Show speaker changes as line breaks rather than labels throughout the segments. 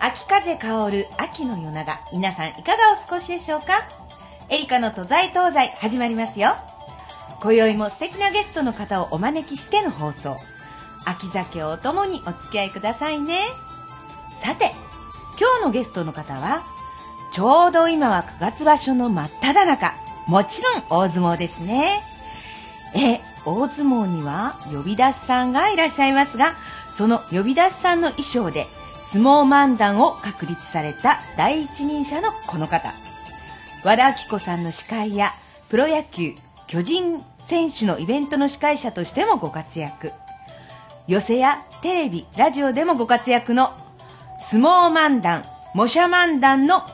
秋風香る秋の夜長皆さんいかがお過ごしでしょうかエリカの都在東西始まりますよ今宵も素敵なゲストの方をお招きしての放送秋酒をお供にお付き合いくださいねさて今日のゲストの方はちょうど今は9月場所の真っ只中もちろん大相撲ですねえ大相撲には呼び出しさんがいらっしゃいますがその呼び出しさんの衣装で相撲漫談を確立された第一人者のこの方和田アキ子さんの司会やプロ野球巨人選手のイベントの司会者としてもご活躍寄席やテレビラジオでもご活躍の相撲漫談模写漫談の和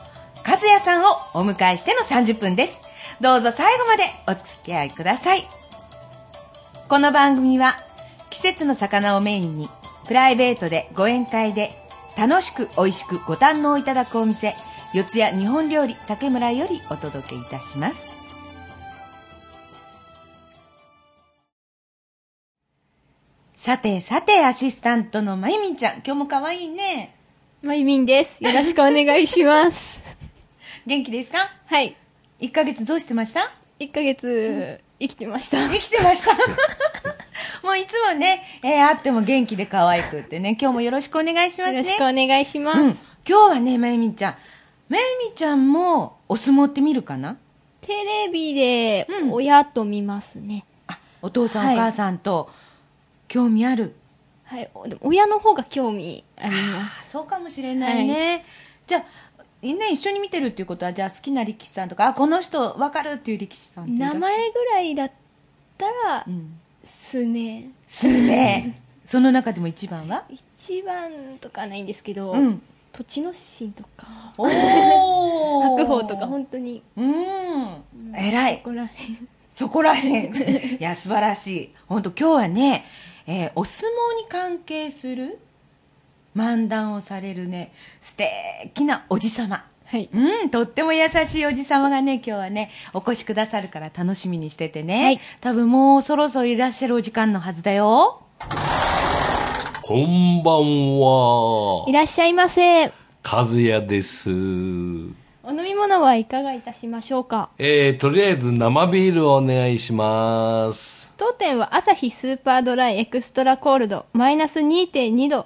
也さんをお迎えしての30分ですどうぞ最後までお付き合いくださいこの番組は季節の魚をメインにプライベートでご宴会で楽しく美味しくご堪能いただくお店四谷日本料理竹村よりお届けいたしますさてさてアシスタントのまゆみんちゃん今日も可愛いね
まゆみんです。よろしくお願いします。
元気ですか
はい。
1ヶ月どうしてました
1ヶ月、生きてました。
生きてました もういつもね、えー、会っても元気で可愛くってね今日もよろしくお願いします
よ
ね
ろしくお願いします。
うん、今日はねまゆみちゃんまゆみちゃんもお相撲って見るかな
テレビで
うん、
親と見ますね。
あお父さん、
はい
お母さんと興味ある
はい。おでも親の方が興味あり
あ
ます。
そうかもしれないね、じゃあみんな一緒に見てるっていうことはじゃあ好きな力士さんとかあこの人分かるっていう力士さんっていらっしゃ
名
る
前ぐらいだったら
う、ん
すね。
すねその中でも一番は
一番とかないんですけど、
うん
土地の神とか、
お
白
白
鵬とか、本当に、
うん偉い
ここら辺。
そこらへんいや素晴らしい本当今日はね、えーお相撲に関係する漫談をされるね素敵なおじさま
はい。
うんとっても優しいおじさまがね今日はねお越しくださるから楽しみにしててね、
はい
多分もうそろそろいらっしゃるお時間のはずだよ
こんばん
い
は。
らっしゃいませ。
和也です。
お飲み物はいかがいたしましょうか
えー、とりあえず生ビールお願いします。
当店は朝日スーパードライエクストラコールドマイナス2.2度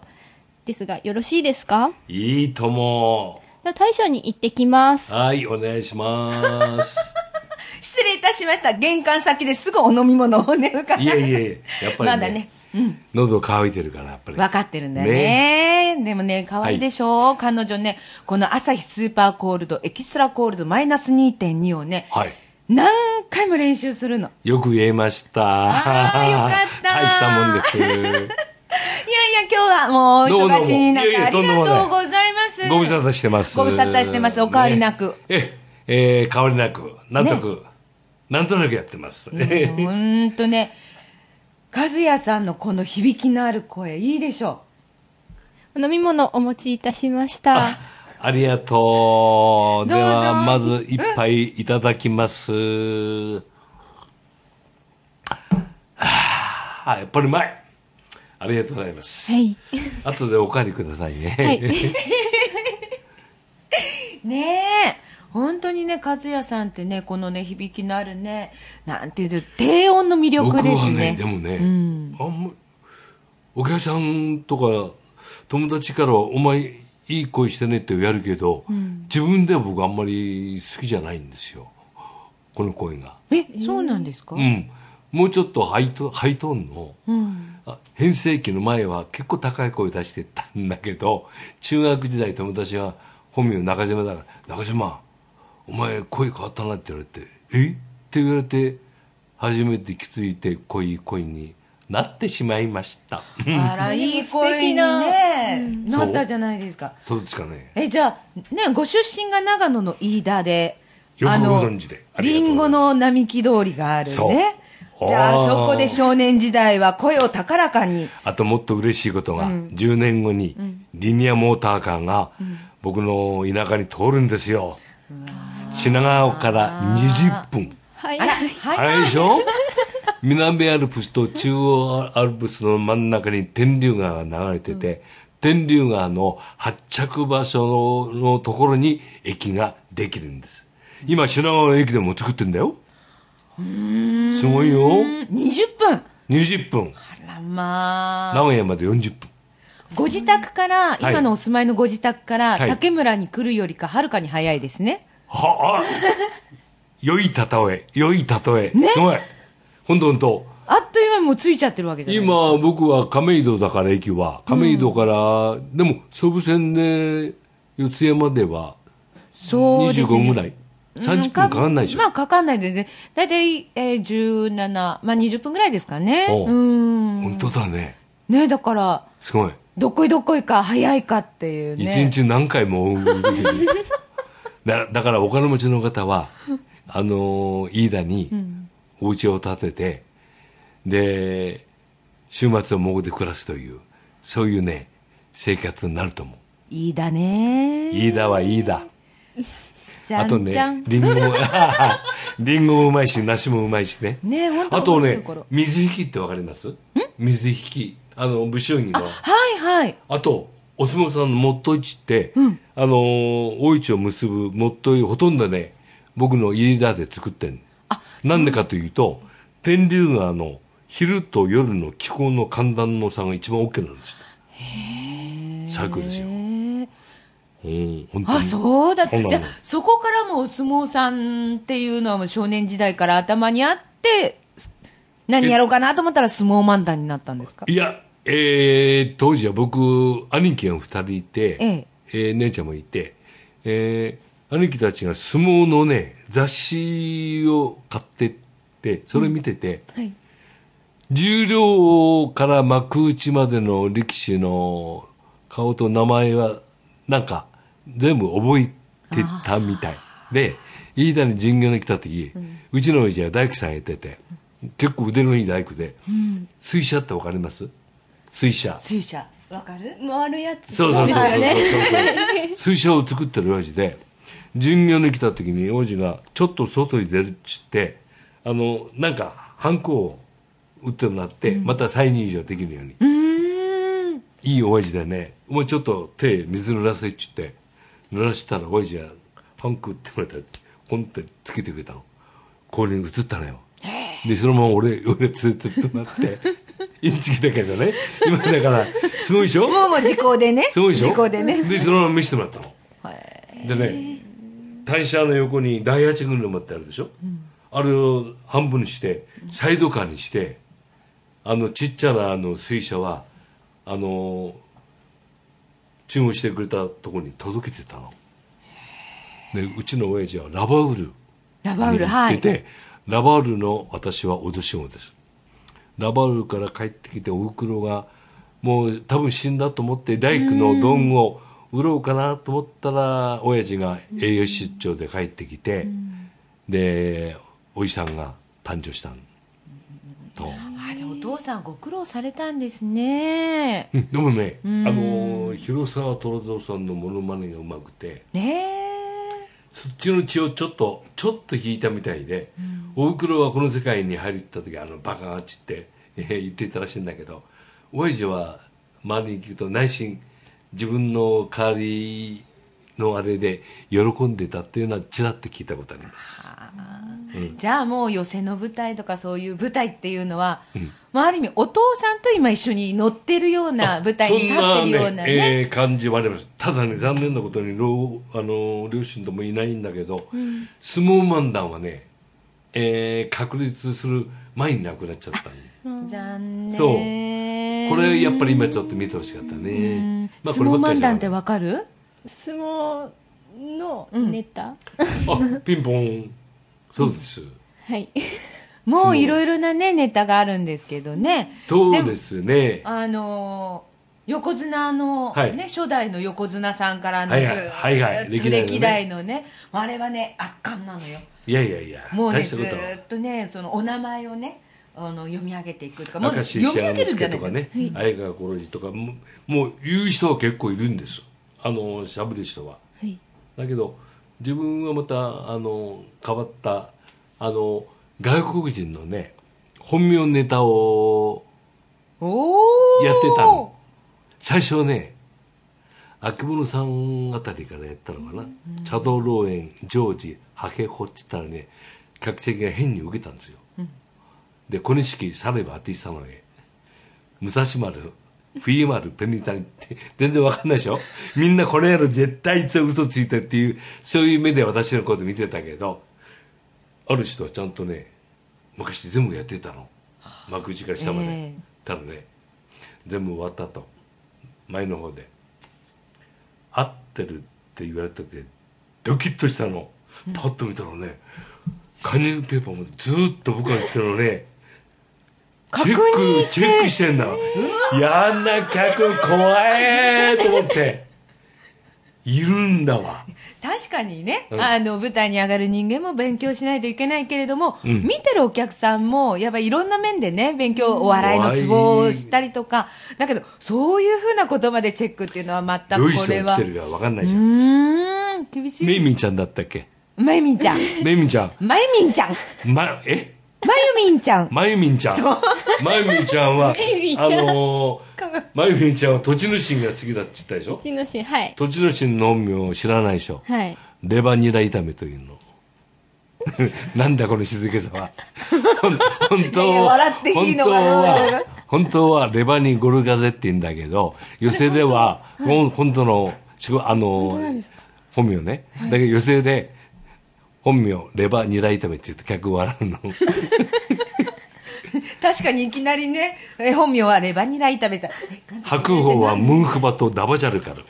ですがよろしいですか
いいとも。
では大将に行ってきます
はい、お願いします。
失礼いたしました玄関先ですぐお飲み物をね伺
いえいえ、やっぱり、
まだ
ね。
ねうん
喉乾いてるから、やっぱり。
分かってるんだよねでもね可愛いでしょ、彼女ねこの朝日スーパーコールドエキストラコールドマイナス2.2をね、
はい。
何回も練習するの
よく言えました。
あーよかった
大したもんです。
いやいや今日はもうお忙しい中
どうもどうもいやいや
ありがとうございます
ご無沙汰してます。
ご無沙汰してますお変わりなく、
ねえ、えー、変わりなく、なんとなく、なんとなくやってます。
ほんとね和也さんのこの響きのある声いいでしょ
お飲み物お持ちいたしました
ありがとう。
ど
で
うぞ
は、まず一杯いただきます。あーやっぱりうまい。ありがとうございます。
はい
後でおかわりくださいね。
はい
ねえ本当にね和也さんってねこのね響きのあるねなんていうと低音の魅
僕
力で
は
す
ね
ね、
でもね、
うん
あんまり、お客さんとか友達からは、お前、いい声してねって言われるけど、自分では僕あんまり好きじゃないんですよ。この声が。
えそうなんですか、
うん。もうちょっとハイトハイトーンの、
うん
あ変声期の前は結構高い声出してたんだけど中学時代友達が本名中島だから「中島お前声変わったな」って言われて「えっ?」て言われて初めて気づいて濃い声になってしまいました
あらいい声にねなったじゃないですか
そうですかね
えじゃあねご出身が長野の飯田で
よく
あの
ご存知でありが
り
とうございます
んごの並木通りがある
そう
ねじ
あ
ゃあ
ー
そこで少年時代は声を高らかに
あともっと嬉しいことが、10年後にリニアモーターカーが僕の田舎に通るんですよ品川から20分
はい
あら
あ
はい
れでしょ 南アルプスと中央アルプスの真ん中に天竜川が流れてて、天竜川の発着場所ののところに駅ができるんです今品川の駅でも作ってんだよすごいよ
20分
20分
あらま
名古屋まで40分
ご自宅から、
はい
今のお住まいのご自宅から、
はい
竹村に来るよりかはるかに早いですね
はあ良い例え良い例え、すごい本当本当
あっという間にもう着いちゃってるわけじゃない
今僕は亀戸だから駅は亀戸から、でも総武線で四ツ谷までは
そうです
25
ね
分ぐらい、30分かかんないでしょ、
まあかかんないでね大体、えー、17、まあ、20分ぐらいですかね
おう
うん
本当だね
ねだから
すごい
どっこいどっこいか早いかっていう
一、
ね
日何回も だだからお金持ちの方はあのー飯田にお家を建てて、で週末はもこで暮らすというそういうね生活になると思う
いいだね
飯田は飯田
じゃ
あと
ん
ね
じゃんね
リンゴも リンゴもうまいし梨もうまいしね
ね本当
あと
こう
ね
いうところ
水引きってわかります水引きあの武将着のあ
はいはい
とお相撲さんのもっと市って、あのー大市を結ぶもっといほとんどね僕の飯田で作ってんなんでかというと天竜川の昼と夜の気候の寒暖の差が一番 OK なんですって最高ですよ、
へえ
うん、本当に
あそうだ
そうなの
じゃあそこからもうお相撲さんっていうのはもう少年時代から頭にあって何やろうかなと思ったら相撲漫談になったんですか
いや、えー当時は僕兄貴が2人いて、
ええ
えー姉ちゃんもいて、えー兄貴たちが相撲のね雑誌を買ってってそれ見てて、
はい
十両から幕内までの力士の顔と名前はなんか全部覚えてたみたいで飯田に巡業に来た時、うちの親父は大工さんやってて結構腕のいい大工で、水車ってわかります水車
水車
わかる回るやつ
そうそうそう
です
そう
よね
そう水車を作ってる親父で巡業に来た時に王子がちょっと外に出るっちってあのなんかハンコを打ってもらって、また再認証できるようにいい親父でね「お前ちょっと手水濡らせ」っちって濡らしたら親父がハンコ打ってもらったやつポンってつけてくれたの氷に移ったのよでそのまま俺俺連れてってもらって インチキだけどね今だからすごいでしょ
もうもう時効でね
すごいでしょ
時効でね
そのまま見せてもらったの
はい
でね単車の横に第八車ってあるでしょ、あれを半分にしてサイドカーにしてあのちっちゃなあの水車はあの注文してくれたところに届けてたのでうちの親父はラバウル
ラバウルは
行って
い
て、ラバウルの私は脅し子ですラバウルから帰ってきてお袋がもう多分死んだと思って大工のどんを売ろうかなと思ったら親父が栄養失調で帰ってきてでおじさんが誕生したのと、
あじゃあお父さんご苦労されたんですね
うんでもねあの広沢虎蔵さんのモノマネがうまくて
ね
そっちの血をちょっとちょっと引いたみたいで、おふくろはこの世界に入りった時あのバカがっちって、えー言っていたらしいんだけど親父は周りに聞くと内心自分の代わりのあれで喜んでたっていうのはちらっと聞いたことあります
え、じゃあもう寄席の舞台とかそういう舞台っていうのは、まあ、ある意味お父さんと今一緒に乗ってるような舞台に立ってるようなね
そんえー感じはありますただね残念なことに老あの両親ともいないんだけど、相撲漫談はね、えー確立する前に亡くなっちゃったんで
残念
そうこれやっぱり今ちょっと見てほしかったね。まあこればっかりじゃない
わかる
相撲のネタ、
あ、ピンポン。そうです。
はい
もういろいろなねネタがあるんですけどね
そうですね。
あのー横綱の、ね
はい
初代の横綱さんからの
は
ず
いはい
ーっと
はいはい歴代のね
歴代のねあれはね圧巻なのよ
いやいやいや。
もうね
大した
ず
ことは
ーっとねそのお名前をねあの読み上げていくとかもう
明石
読
石
み上
原
げ
之
るんじゃ
助
な
と
い
かね、相川五郎治とかもうもう言う人は結構いるんですあのしゃべる人は
はい
だけど自分はまたあの変わったあの外国人のね本名ネタを
おお
やってたの最初ね秋物さんあたりからやったのかな、茶道老園常時ハケホって言ったらね客席が変に受けたんですよ、で小錦さればアティスタの絵武蔵丸冬丸ペニタニって全然わかんないでしょみんなこの野郎絶対いつは嘘ついてるっていうそういう目で私のこと見てたけどある人はちゃんとね昔全部やってたの幕内から下ま
え
で、
え
たらね全部終わったと前の方で「合ってる」って言われた時ドキッとしたのパッと見たらね、カニングペーパーもずーっと僕が言ってるのね
確
チェッ
認し
ク
て
チェックしてんだやんな客怖えと思っているんだわ
確かにね、
うん
あの舞台に上がる人間も勉強しないといけないけれども、
うん
見てるお客さんもやっぱりいろんな面でね勉強お笑いのツボをしたりとかだけどそういうふうなことまでチェックっていうのは全
どういう
くこれ
人が
は
来てるかわかんないじゃ
うんーん厳し
めい
い
みんちゃんだったっけ
まゆみんちゃん
めいみんちゃん
まゆみんちゃんま
まえ
ゆみんちゃん
まゆみんちゃんまゆみんちゃんは
まゆみんちゃ
あ
ん
のーまゆみんちゃんは土地主が好きだって言ったでしょ
ちのしはい
土地主の本名を知らないでしょ
はい
レバニラ炒めというの なんだこの静けさはほん本当
いや笑っていいのかな
本当は本当はレバニゴルガゼって言うんだけど寄席ではほん本当のしごあの本名ねだけど寄席で本名レバニラ炒めって言って客笑うの
確かにいきなりねえ本名はレバニラ炒めた
白鵬はムンフバとダバジャルカル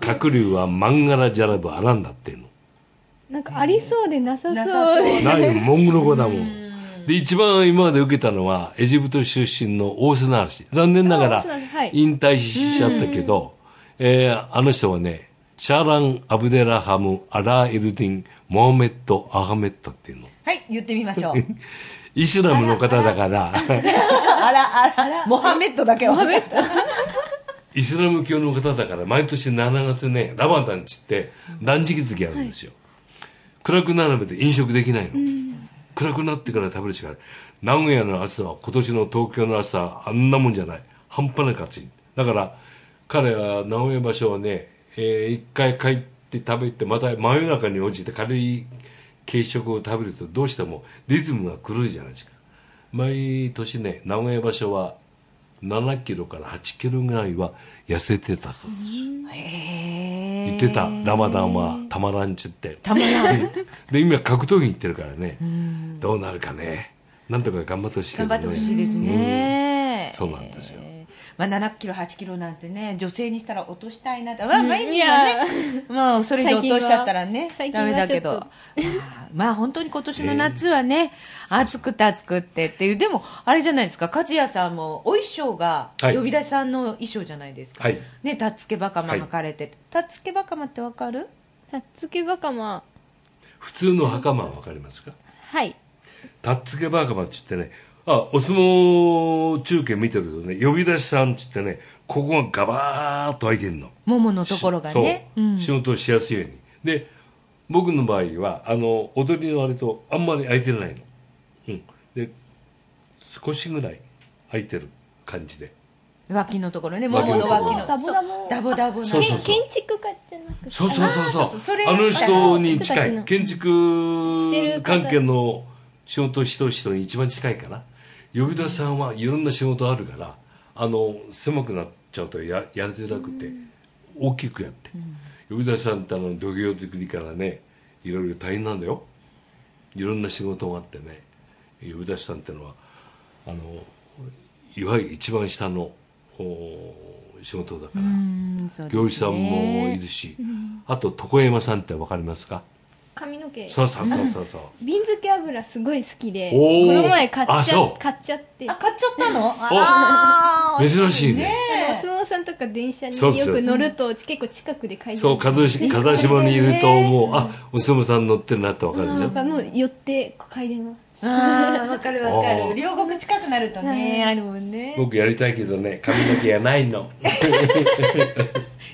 鶴竜はマンガラジャラブアランダっていうの
なんかありそうでなさ
なさ
そう
そう
ないよモンゴル語だもんで一番今まで受けたのはエジプト出身の大瀬名氏残念なが
あ
ら
大瀬名はい
引退しちゃったけど、えーあの人はねシャーラン・アブデラハム・アラー・エルディン・モハメッド・アハメッドっていうの
はい言ってみまし ょう
イスラムの方 だから
あらあらモハメッドだけはモハメッド
イスラム教の方だから毎年7月ねラバダンっつって断食月あるんですよ、暗くなるまで飲食できないの、暗くなってから食べるしかない名古屋の暑さは今年の東京の暑さはあんなもんじゃない半端なく暑いだから彼は名古屋場所はね、えー一回帰って食べてまた真夜中に応じて軽い軽食を食べるとどうしてもリズムが狂いじゃないですか毎年ね名古屋場所は7キロから8キロぐらいは痩せてたそうです言ってたラマダンはたまらんちゅって
たまらん
で今格闘技行ってるからねどうなるかねなんとか頑張ってほしいけど
頑
ね
張ってほしいですね、
うんそうなんですよ
えーまあ、7キロ8キロなんてね女性にしたら落としたいなって、まあ、毎日はねもうそれ以上落としちゃったらね
最近
ダ
は
メだけど
最近は
まあまあ本当に今年の夏はね、暑くて暑くってっていうでもあれじゃないですか勝谷さんもお衣装が
はい
呼び出しさんの衣装じゃないですか、
はい
ねたっつけばかま履かれて、たっつけばかまってわかる
たっつけばかま
普通の袴は分かりますか
はい
たっつけばあかばっつってねあお相撲中継見てるとね呼び出しさんっつってねここがガバーッと開いてるの
もものところがね
そう、仕事をしやすいようにで僕の場合はあの踊りのあれとあんまり空いてないの、うん、で少しぐらい空いてる感じで
脇のところねも
脇
も
の
の
ところ
脇の
ダボダボ
そうダボダボな
そうそう
けん建築家じゃなくて
そうそうそうそう
あーそうそうそれ
あの人に
あの人
近
たちの
い建築
してる方
関係の仕事をしてる人に一番近いかな呼び出しさんはいろんな仕事あるからあの狭くなっちゃうとややりづらくて大きくやって、呼び出しさんってあの土俵作りからねいろいろ大変なんだよいろんな仕事があってね呼び出しさんってのはあのいわゆる一番下のお仕事だから。
うんそうですね
行司さんもいるし、あと床山さんってわかりますか、
髪の毛
そうそうそうそうそう
瓶漬け油すごい好きでこ
おー
の前買っ
あ
ちゃ
そう
買っちゃって
あ買っちゃったのあらー
珍しいね
お相撲さんとか電車に
そうです
よく乗ると結構近くで買い
そう風し風下にいるともうあお相撲さん乗ってるなってわかるじゃ
なん
ん
かもう寄って買い出ます
あーわかるわか
あ
る
ー
両国近くなるとねあるもんね
僕やりたいけどね髪の毛がない の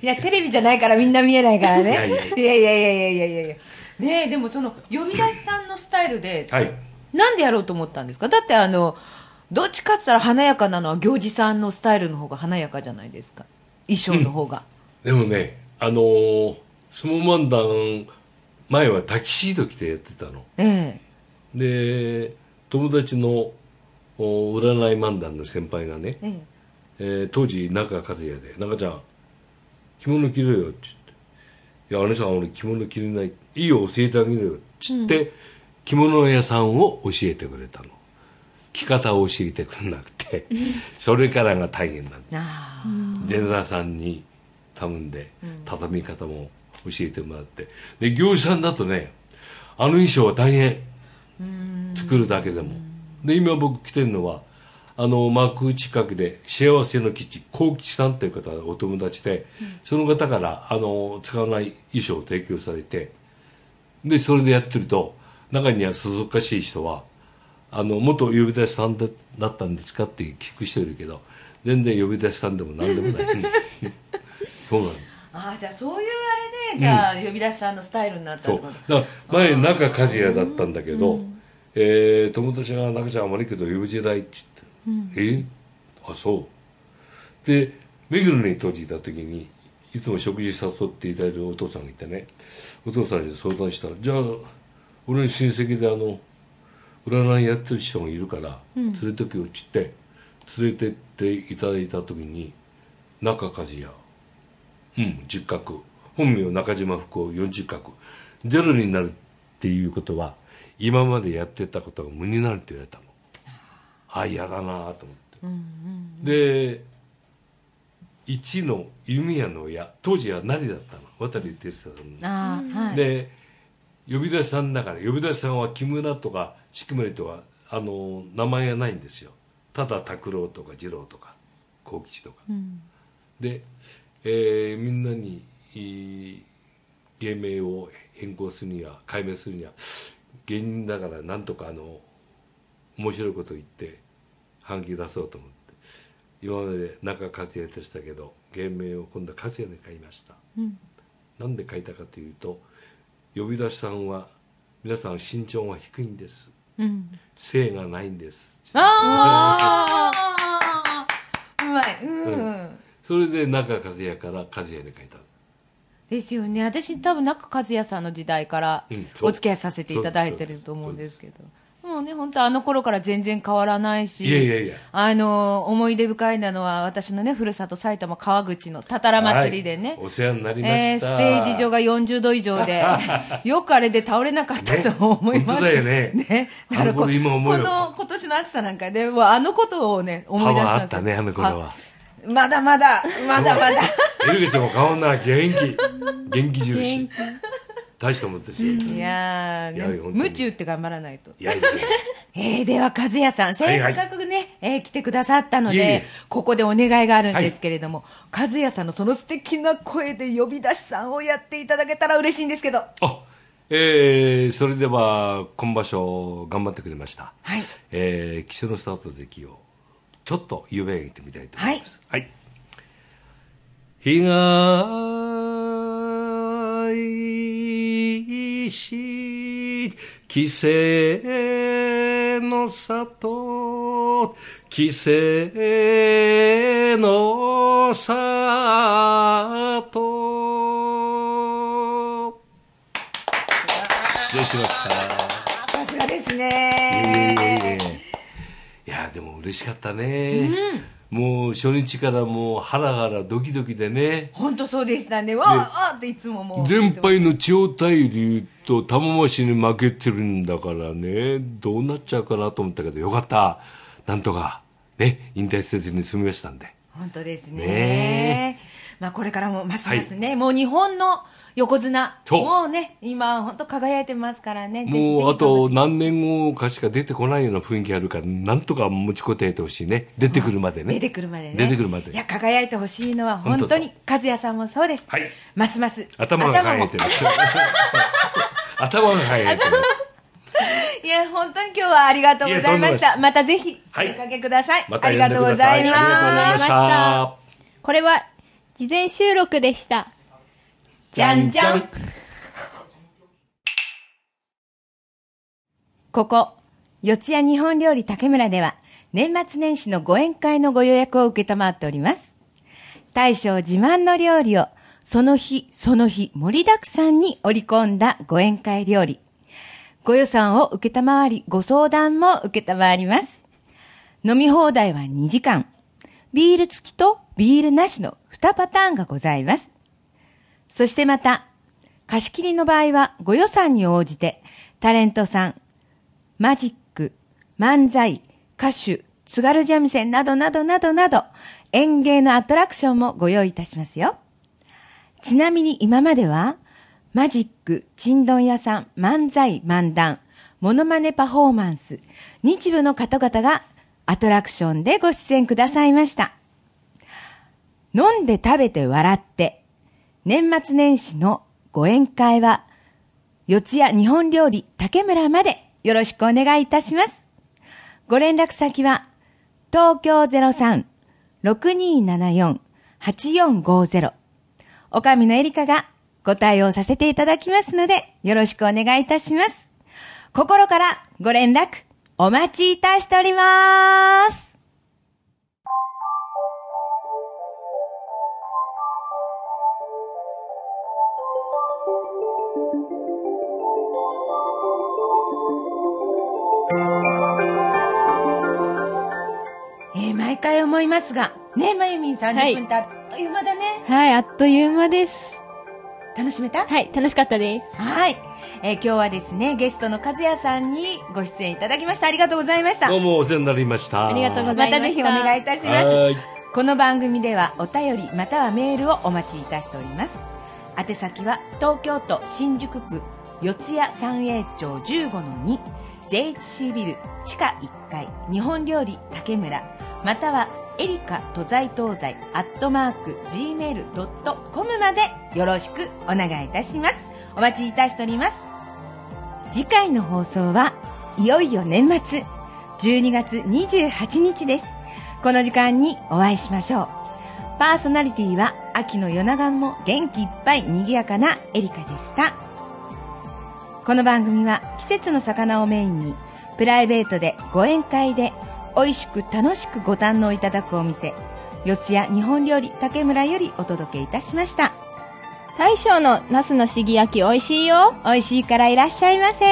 いやテレビじゃないからみんな見えないからね
いやいや
いやいやいやいやいやいやねえでもその呼び出しさんのスタイルで
はい
なんでやろうと思ったんですかだってあのどっちかって言ったら華やかなのは行司さんのスタイルの方が華やかじゃないですか衣装の方が、
でもねあのー相撲漫談前はタキシード着てやってたの
え
で友達のお占い漫談の先輩がね
え、ええ
えー当時中和也で「中ちゃん着物着ろよ」っつって「いや姉さん俺着物着れないいいよ教えてあげるよ」っつって、着物屋さんを教えてくれたの着方を教えてくれなくてそれからが大変なんだ
ああ
前座さんに頼んで畳み方も教えてもらってで業者さんだとねあの衣装は大変作るだけでもで今僕着てるのはあの幕近くで幸せの基地幸吉さんという方がお友達で、その方からあの使わない衣装を提供されてでそれでやってると中にはそそっかしい人は「あの元呼び出しさんだだったんですか?」って聞く人いるけど全然呼び出しさんでも何でもないそうなの
ああじゃあそういうあれでじゃあ呼び出しさんのスタイルになった
そ
っ
う
てこと
だから前中和也だったんだけど、えー友達が「中ちゃん悪いけど呼び出ない」って言って「えあそう」で目黒に閉じた時にいつも食事誘っていただいてるお父さんがいてねお父さんに相談したら「じゃあ俺の親戚であの占いやってる人がいるから連れてくよ」っつって連れてっていただいた時に中和也うん、10角本名中島福夫40角ゼロになるっていうことは今までやってたことが無になるって言われたのああ嫌だなと思って、で1の弓矢の矢当時は成だったの渡哲也さんの
ああはい
で呼び出しさんだから呼び出しさんは木村とか四季森とかあの名前がないんですよただ拓郎とか二郎とか幸吉とか、で、えーみんなにいい芸名を変更するには改名するには芸人だからなんとかあの面白いこと言って反撃出そうと思って今まで中和也でしたけど芸名を今度は和也に変えました、なんで書いたかというと呼び出しさんは皆さん身長が低いんです
うん
性がないんです
ああうまいうん、
それで中和也から和也に書いた
ですよね私多分中和也さんの時代から
うんそう
お付き合いさせていただいてると思うんですけど、もうね本当あの頃から全然変わらないし
いやいやいや
あの思い出深いなのは私のねふるさと埼玉川口のたたら祭りでね、
はいお世話になりました、
えーステージ上が40度以上 で、よくあれで倒れなかったと思いますけど、
ね本当だよね
だからこ
あの頃今思えば
この今年の暑さなんかで、もうあのことをね、思い出し
パワー
まし
あったたねあの頃は
まだまだ、まだまだ、
エルゲスも顔な元気元気印大したもんですよ
い
い
やー、ね
いや本当に
夢中って頑張らないと。
やいや
えー、では和也さん、せっかくね、えー来てくださったので
いえいえ
ここでお願いがあるんですけれども、和也さんのその素敵な声で呼び出しさんをやっていただけたら嬉しいんですけど。
あえーそれでは今場所頑張ってくれました、
はい
えー、岸のスタート関をちょっと夢上げてみたいと思いますはい、東帰省の里帰省の里失礼しました
さすがです
いえい
ね
えいえいやでも嬉しかったね、もう初日からもうハラハラドキドキでね
本当そうでしたねわあわあっていつももう
前敗の千代大龍と玉鷲に負けてるんだからねどうなっちゃうかなと思ったけどよかったなんとかね引退せずに済みましたんで
本当ですね
ね
まあ、これからもますますね、もう日本の横綱
そう
もうね今本当輝いてますからねぜ
もうあ
ひぜひ頑張
と
って
何年後かしか出てこないような雰囲気あるからなんとか持ちこたえてほしいね出てくるまでね、
出てくるまでね
出てくるまで
いや輝いてほしいのは
本
本
当
当
だ
に和也さんもそうです、
はい
ますます
頭が
も
輝 いてる頭が輝いてる
いや本当に今日はありがとうございまし
いや
た
とんでもないです
またぜひお
はい
出かけください、
また
あ
呼
りが
んでくだ
とうござ
さ
い
い
ます
ありがとうございました
これは事前収録でした
じゃんじゃんここ、四谷日本料理竹村では、年末年始のご宴会のご予約を受けたまっております。大将自慢の料理を、その日、その日、盛りだくさんに織り込んだご宴会料理。ご予算を受けたまわり、ご相談も受けたまわります。飲み放題は2時間。ビール付きとビールなしの2パターンがございます。そしてまた、貸し切りの場合はご予算に応じて、タレントさん、マジック、漫才、歌手、津軽三味線などなどなどなど、演芸のアトラクションもご用意いたしますよ。ちなみに今までは、マジック、ちんどん屋さん、漫才、漫談、モノマネパフォーマンス、日舞の方々がアトラクションでご出演くださいました。飲んで食べて笑って、年末年始のご宴会は、四谷日本料理竹村までよろしくお願いいたします。ご連絡先は、東京03-6274-8450おかみのエリカがご対応させていただきますので、よろしくお願いいたします。心からご連絡、お待ちいたしております。えー毎回思いますが、ねえ、まゆみん
は
30
い
分ってあっという間だね。
はい、あっという間です。
楽しめた
はい、楽しかったです。
はい。えー今日はですね、ゲストの和也さんにご出演いただきました。ありがとうございました。
どう
ま
もお世話になりました
ありがとうございま
たぜひお願いいたします。
はい
この番組ではお便りまたはメールをお待ちいたしております宛先は東京都新宿区四谷三栄町15の 2JHC ビル地下1階日本料理竹村またはエリカ都在東西アットマーク Gmail.com までよろしくお願いいたしますお待ちいたしております次回の放送はいよいよ年末12月28日ですこの時間にお会いしましょうパーソナリティは秋の夜長も元気いっぱい賑やかなエリカでしたこの番組は季節の魚をメインにプライベートでご宴会で美味しく楽しくご堪能いただくお店四谷日本料理竹村よりお届けいたしました
大将のナスのしぎ焼き美味しいよ。
美味しいからいらっしゃいませ